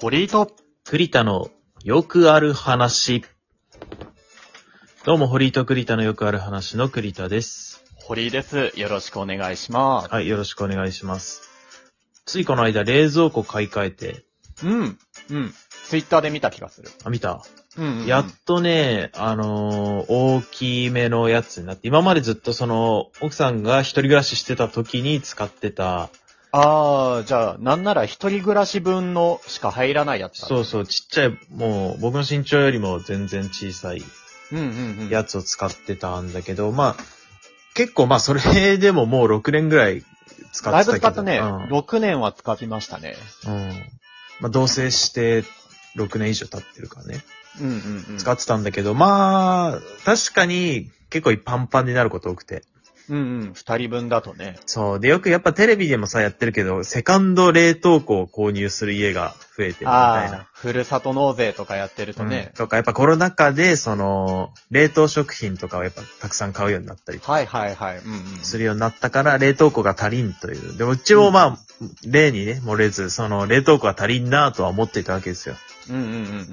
堀井と、栗田のよくある話。どうも、堀井と栗田のよくある話の栗田です。堀井です。よろしくお願いしまはい、よろしくお願いします。ついこの間、冷蔵庫買い替えて、す。うん。うん。ツイッターで見た気がする。あ、見たうんうんうんやっとね、あのー大きめのやつになって、今までずっとその、奥さんが一人暮らししてた時に使ってた、あー、じゃあ、なんなら一人暮らし分のしか入らないやつだそうそう、ちっちゃい、もう、僕の身長よりも全然小さいうんうんうん。やつを使ってたんだけど、まあ、結構まあそれでももう6年ぐらい使だっいてたぶけ使ど。ったね。うん6年は使いましたね。うん。まあ同棲して6年以上経ってるからね。うんうんうん。使ってたんだけど、まあ、確かに結構パンパンになること多くて。うんうん。二人分だとね。そう。で、よくやっぱテレビでもさ、やってるけど、セカンド冷凍庫を購入する家が増えてるみたいあなー。、ふるさと納税とかやってるとねうん。とか、やっぱコロナ禍で、その、冷凍食品とかをやっぱたくさん買うようになったりとかはいはいはい。うんうん。するようになったから、冷凍庫が足りんという。でも、うちもまあ、例にね、漏れず、その、冷凍庫は足りんなとは思っていたわけですよ。うんうんうん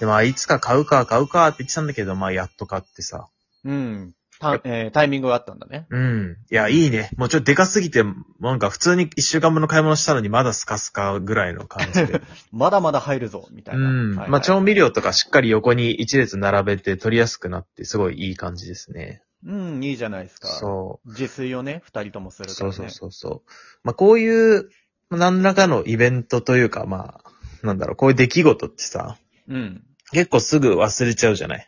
で、まあ、いつか買うか、買うかって言ってたんだけど、まあ、やっと買ってさ。うん。うん。たえータイミングがあったんだね。うん。いや、いいね。もうちょっとでかすぎて、なんか普通に一週間分の買い物したのに、まだスカスカぐらいの感 じで。まだまだ入るぞ、みたいうな。ん。はいはいまあ、調味料とかしっかり横に一列並べて取りやすくなって、すごいいい感じですね。うん、いいじゃないですか。そう。自炊をね、二人ともするからね。そうそうそうそう。まあ、こういう、まあ何らかのイベントというか、まあ、なんだろう、こういう出来事ってさ、うん。結構すぐ忘れちゃうじゃない。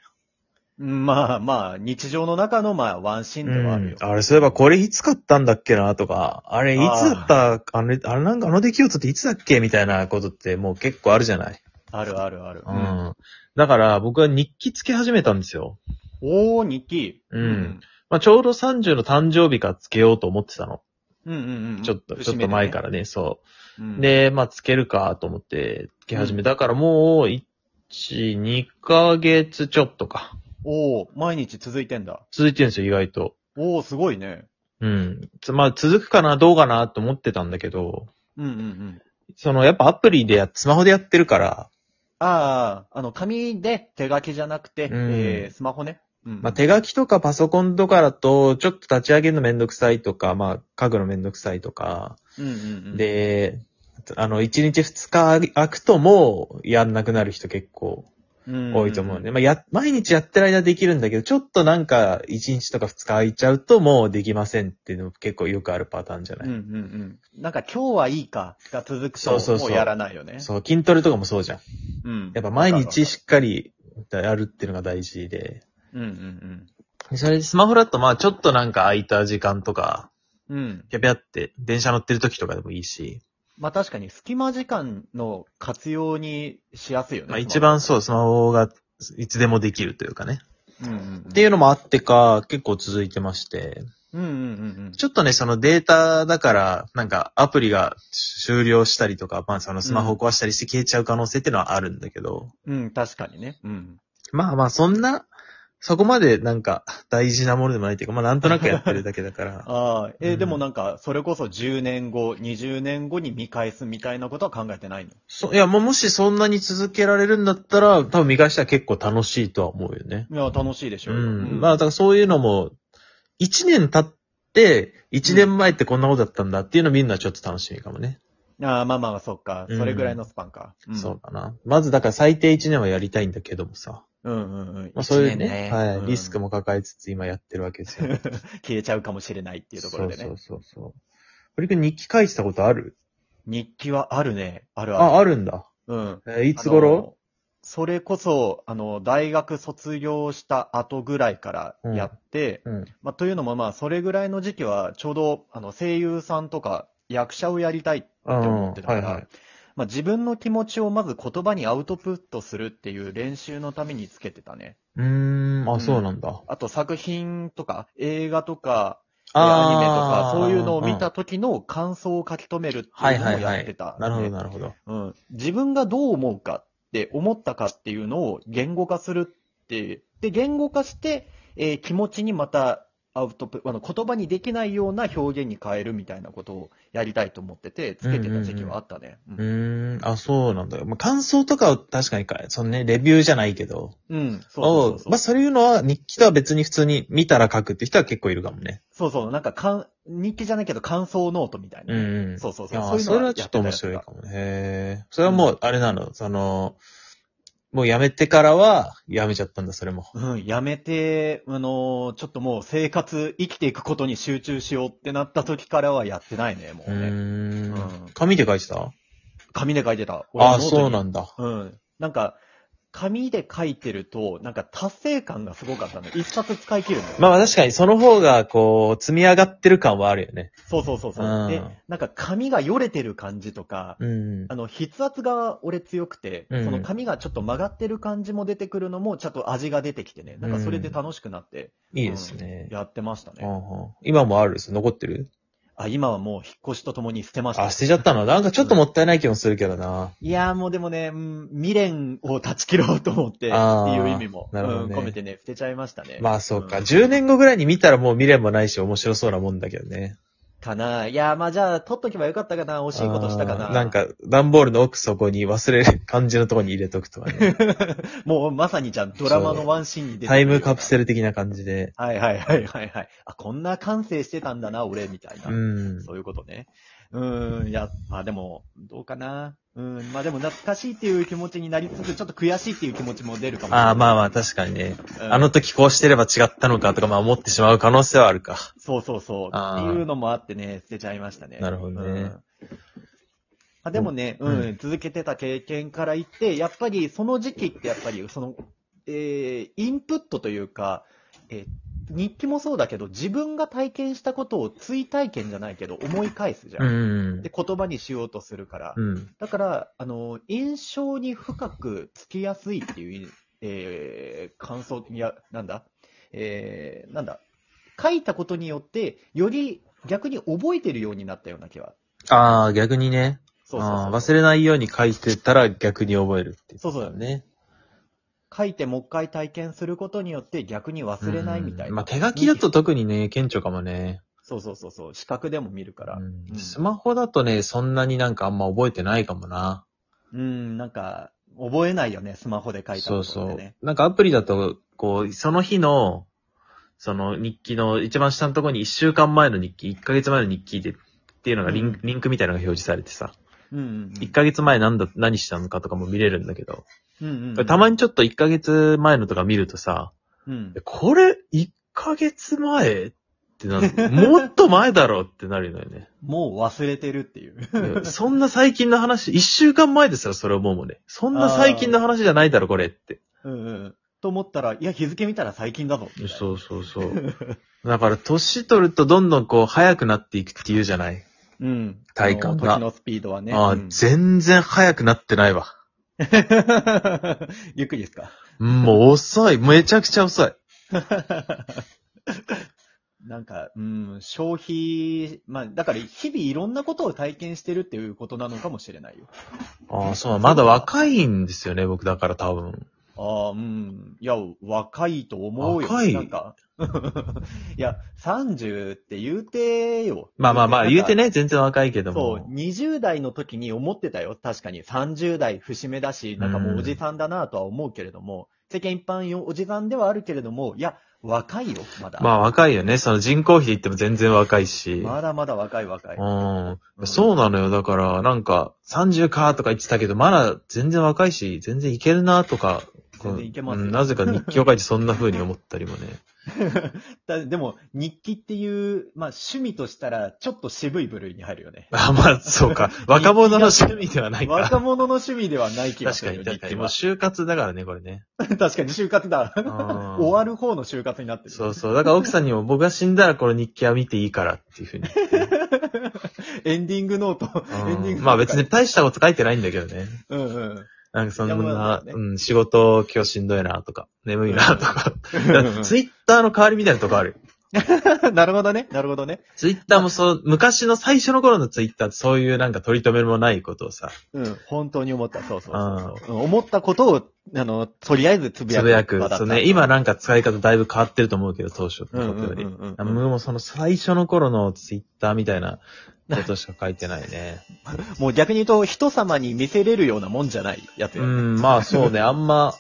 まあまあ、日常の中のまあ、ワンシーンではあるよ。あれ、そういえばこれいつ買ったんだっけなとか、あれいつだった、あれ、あれなんかあの出来事っていつだっけみたいなことってもう結構あるじゃない。あるあるある。う。ん。だから僕は日記つけ始めたんですよ。おー、日記。うん。まあ、ちょうど30の誕生日からつけようと思ってたの。うんうんうん。。ちょっと、ちょっと前かららね、そう。うん、で、まあ、つけるかと思って、つけ始うめ。んだからもう、1、2ヶ月ちょっとか。おー、毎日続いてんだ。続いてるんですよ、意外と。おー、すごいね。うん。つまあ、続くかな、どうかなと思ってたんだけど、うんうんうん。その、やっぱアプリでや、スマホでやってるから、ああ、あの、紙で手書きじゃなくて、んえー、スマホね。うん。まあ、手書きとかパソコンとかだと、ちょっと立ち上げるのめんどくさいとか、まあ、家具のめんどくさいとか、うんうんうん。、で、あの、1日2日空くともう、やんなくなる人結構多いと思うね。。まあ、や、毎日やってる間できるんだけど、ちょっとなんか、1日とか2日空いちゃうともうできませんっていうの結構よくあるパターンじゃなうい、んうんうん。なんか今日はいいかが続くと、そうそうそうもうやらないよね。そう、筋トレとかもそうじゃん。うん。やっぱ毎日わかしっかりやるっていうのが大事で。るわかるうんでそれでスマホだとまあちょっとなんか空いた時間とか、うんうん。うん。ぴゃぴゃって電車乗ってる時とかでもいいし、まあ確かに隙間時間の活用にしやすいよね。まあ一番そう、スマホがいつでもできるというかね。うんうんうん。っていうのもあってか、結構続いてまして。うんうんうんちょっとね、そのデータだから、なんかアプリが終了したりとか、まあそのスマホを壊したりして消えちゃう可能性っていうのはあるんだけど、うん。うん、確かにね。うん。まあまあそんな、そこまでなんか大事なものでもないというか、まあなんとなくやってるだけだか ら、ああ、えーうんでもなんか、それこそ10年後、20年後に見返すみたいなことは考えてないの。そいや、もうもしそんなに続けられるんだったら、多分見返したら結構楽しいとは思うよね。いや、楽しいでしうょよ。ん。まあだからそういうのも、1年経って、1年前ってこんなことだったんだっていうのを見るのはちょっと楽しみかもね。ああ、まあまあ、そっか。うんそれぐらいのスパンか。んそう。だな。まずだから最低1年はやりたいんだけどもさ。うんうんうん。まあ、そういうね一年はい、うんリスクも抱えつつ今やってるわけですよ。っ消えちゃうかもしれないっていうところでね。そうそうそうそう。堀君日記書いてたことある日記はあるね。あるある。あ、あるんだ。うん。えーいいつ頃それこそ、あの、大学卒業した後ぐらいからやって、うん。まあ、というのもまあ、それぐらいの時期は、ちょうど、あの、声優さんとか、役者をやりたいってうん。思ってたかはら、いはい。まあ、自分の気持ちをまず言葉にアウトプットするっていう練習のためにつけてたね。うーん、うあ、んそうなんだ。あと、作品とか、映画とか、えーアニメとかあ、ーそういうのを見た。時の感想を書き留めるってはいいうのはをいはやっていた。。なるほどなるほど。うん、自分がどう思うかって思ったかっていうのを言語化するって、で、言語化して、えー気持ちにまたアウトプット、あの、言葉にできないような表現に変えるみたいなことをやりたいと思ってて、つけてた時期はあったね。ううーん、あ、そうなんだ。まあ、感想とかを確かにか、そのね、レビューじゃないけど。うん、そうそうそうそうをまあ、そういうのは日記とは別に普通に見たら書くって人は結構いるかもね。そうそう、なんかかん、日記じゃないけど感想ノートみたいなうね。ん、うん。そうそういやそう。そーうそいうれのはちょっと面白いやてかもね。へーそれはもう、あれなの、その、もうやめてからは、やめちゃったんだ、それも。たりとか。うん、やめて、あのーちょっともう生活、生きていくことに集中しようってなった時からはやってないね、もううね。ーんうん。紙で書いてた紙で書いてた。ああ、そうなんんだ。うん。なんか、紙で書いてると、なんか達成感がすごか ったね。一冊使い切るのよ。まあ確かにその方が、こう、積み上がってる感はあるよね。そうそうそうそうう。んで、なんか紙がよれてる感じとか、うん。あの、筆圧が俺強くて、うんその紙がちょっと曲がってる感じも出てくるのも、ちょっと味が出てきてね、なんかそれで楽しくなって、いいですね。やってましたね。うんうん今もある残ってるあ、今はもう引っ越しとともに捨てました。あ、捨てちゃ ったのなんかちょっともったいない気もするけどな。いやーもうでもね、うん未練を断ち切ろうと思って、ってあーいう意味も、なるほどねうん込めてね、捨てちゃいましたね。まあそうか。うん10年後ぐらいに見たらもう未練もないし面白そうなもんだけどね。かないやーまあじゃあ、取っとけばよかったかな、惜しいことしたかな。あーなん、か、段ボールの奥底に忘れる感じのところに入れとくとか ね。もうまさにじゃん、ドラマのワンシーンに出てタイムカプセル。ル的な感じで。はいはいはいはいはい。あ、こんな感性してたんだな、俺、みたいな。うん。そういうことね。うーん、いや、まあでも、どうかな。うん、まあでも懐かしいっていう気持ちになりつつ、ちょっと悔しいっていう気持ちも出るかもしれない。ああ、まあまあ確かにね。うんあの時こうしてれば違ったのかとか、まあ思ってしまう可能性はあるか。そうそうそう。っあーていうのもあってね、捨てちゃいましたね。なるほどねうんあでもね、ううんん、続けてた経験から言って、やっぱりその時期ってやっぱり、その、えー、インプットというか、えー日記もそうだけど、自分が体験したことを追体験じゃないけど、思い返すじゃ。うんんで、。言葉にしようとするから。うん。だから、あの、印象に深くつきやすいっていう、えー感想、いや、なんだえーなんだ書いたことによって、より逆に覚えてるようになったような気は。ああ、逆にね。そうそうあそあー、う。忘れないように書いてたら逆に覚えるっていそうそうだね。ね。書いてもう一回体験することによって逆に忘れないみたいうんまな。あ手書きだと特にね、顕著かもね。そうそうそうそう。視覚でも見るから。うんうんスマホだとね、そんなになんかあんま覚えてないかもな。うん、なんか、覚えないよね、スマホで書いたそこうとってそね。う。なんかアプリだと、こう、その日の、その日記の一番下のところに1週間前の日記、1ヶ月前の日記で、っていうのがリン,、うんリンクみたいなのが表示されてさ、うんうん1ヶ月前何だ、何したのかとかも見れるんだけど、うん。うんうんうん。たまにちょっと1ヶ月前のとか見るとさ、うんえ。これ、1ヶ月前ってなるもっと前だろってなるの よね。もう忘れてるっていう。いやそんな最近の話、一週間前ですらそれ思うもんね。そんな最近の話じゃないだろ、これって。うんうん。と思ったら、いや、日付見たら最近だぞ。みたいなそうそうそう。だから、年取るとどんどんこう、早くなっていくっていうじゃない。うん。体感があの時のスピードはね。ああ、うん全然早くなってないわ。 ゆっくりですか。 もう遅い。めちゃくちゃ遅い。なんか、うん、消費、まあ、だから日々いろんなことを体験してるっていうことなのかもしれないよ。ああ、そう、まだ若いんですよね、僕だから多分。ああ、うん。いや、若いと思うよ。若いなんか。 いや、30って言うてよ。まあまあまあ、言うてねね、全然若いけどそう、も。 20代の時に思ってたよ。確かに。30代節目だし、なんかもうおじさんだなとは思うけれども、世間一般よおじさんではあるけれども、いや、若いよ、まだ。まあ若いよね。その人口比で言っても全然若いし。まだまだ若い若い。う。うんんそうなのよ。だから、なんか、30かとか言ってたけど、まだ全然若いし、全然いけるなとか、全然いけますうよんなぜか日記を書いてそんな風に思ったりもね。だでも、日記っていう、まあ趣味としたら、ちょっと渋い部類に入るよね。あ、まあ、そうか。若者の趣味ではないか。若者の趣味ではない気が確すかるよに、確かに。日記もうは就活だからね、こ れね。確かに就活だ。ん終わる方の就活になってる。そうそう。だから奥さんにも僕が死んだらこの日記は見ていいからっていう風 に。エンディングノート、うんエンディングノートまあ別に。大したこと書いてないんだけどね。うんうん。なんかそんいやまあな、ねうん、仕事今日しんどいなとか、眠いなとか。うんうんツイッターの代わりみたいなとこある。 なるほどね。なるほどね。ツイッターもそう、昔の最初の頃のツイッターってそういうなんか取り留めもないことをさ、うん。本当に思った。そうそうそうそう、うん思ったことを、あの、とりあえずつぶやつく。ぶやく。そうね、今ななんか使い方だいぶ変わってると思うけど、当初うのんこうんとようんり。うんあもうその最初の頃のツイッターみたいなことしか書いてないね。もう逆に言うと、人様に見せれ るようなもんじゃないやつうよ。ん、まあそうね、あんま、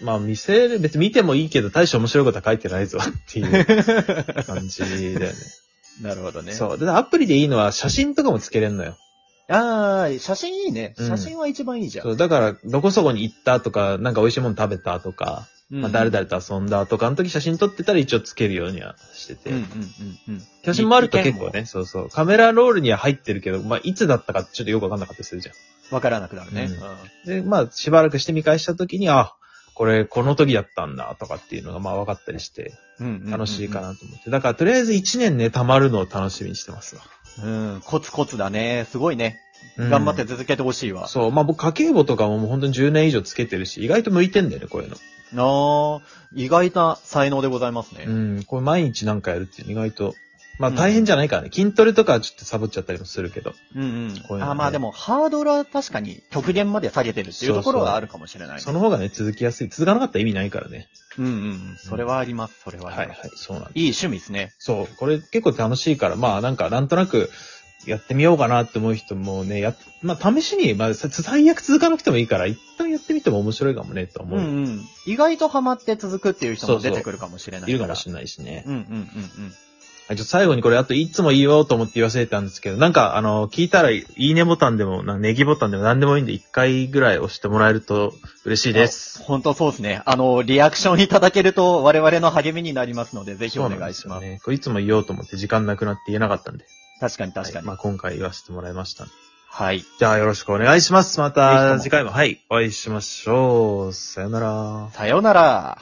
まあ見せる、別に見てもいいけど、大して面白いことは書いてないぞっ ていう感じだよね。なるほどね。う。そう。で、アプリでいいのは写真とかもつけれんのよ。ああ、写真いいね。うん写真は一番いいじゃん。そう、だから、どこそこに行ったとか、なんか美味しいもの食べたとか、うんまあ誰々と遊んだとか、あの時写真撮ってたら一応つけるようにはしてて。うんうんうんうん。写真もあると結構意見ね、そうそう。カメラロールには入ってるけど、まあいつだったかちょっとよくわかんなかったりするじゃん。も。わからなくなるね。うんで、まあ、しばらくして見返した時に、あ、これ、この時だったんだ、とかっていうのが、まあ、分かったりして、うん楽しいかな。なと思って。だから、とりあえず1年ね、貯まるのを楽しみにしてますわ。うん、コツコツだね。すごいね。うん頑張って続けてほしいわ。そう、まあ、僕、家計簿とかももう本当に10年以上つけてるし、意外と向いてんだよね、こういうの。なあ意外な才能でございますね。うん、これ毎日なんかやるっていうの意外と、まあ、大変じゃないからね。筋トレとかはちょっとサボっちゃったりもするけど。うんうん。こういうのねあまあでも、ハードルは確かに極限まで下げてるっていうところはあるかもしれない、ねその方がね、続きやすい。続かなかったら意味ないからね。うんうんうん。それはあります、それはあはいりはます。い、そうなんですいい趣味ですね。そう、これ結構楽しいから、まあなんかなんとなくやってみようかなって思う人もね、や、まあ試しに、まあさ最悪続かなくてもいいから、一旦やってみても面白いかもねと思うう、んうん。意外とハマって続くっていう人そもうそう出てくるかもしれないから。いるかもしれないしね。うんうんうんうん。はいちょっと最後にこれあといつも言おうと思って言わせてたんですけど、なんかあの、聞いたらいいねボタンでも、なんかネギボタンでも何でもいいんで、一回ぐらい押してもらえると嬉しいです。あ。本当そうですね。あの、リアクションいただけると我々の励みになりますので、ぜひお願いしそうなます。んですよね。これいつも言おうと思って時間なくなって言えなかったんで。確かに確かはいに。まあ今回言わせてもらいました。はい。じゃあよろしくお願いします。まぜひとたも次回も、はい、お会いしましょう。さよなら。さようなら。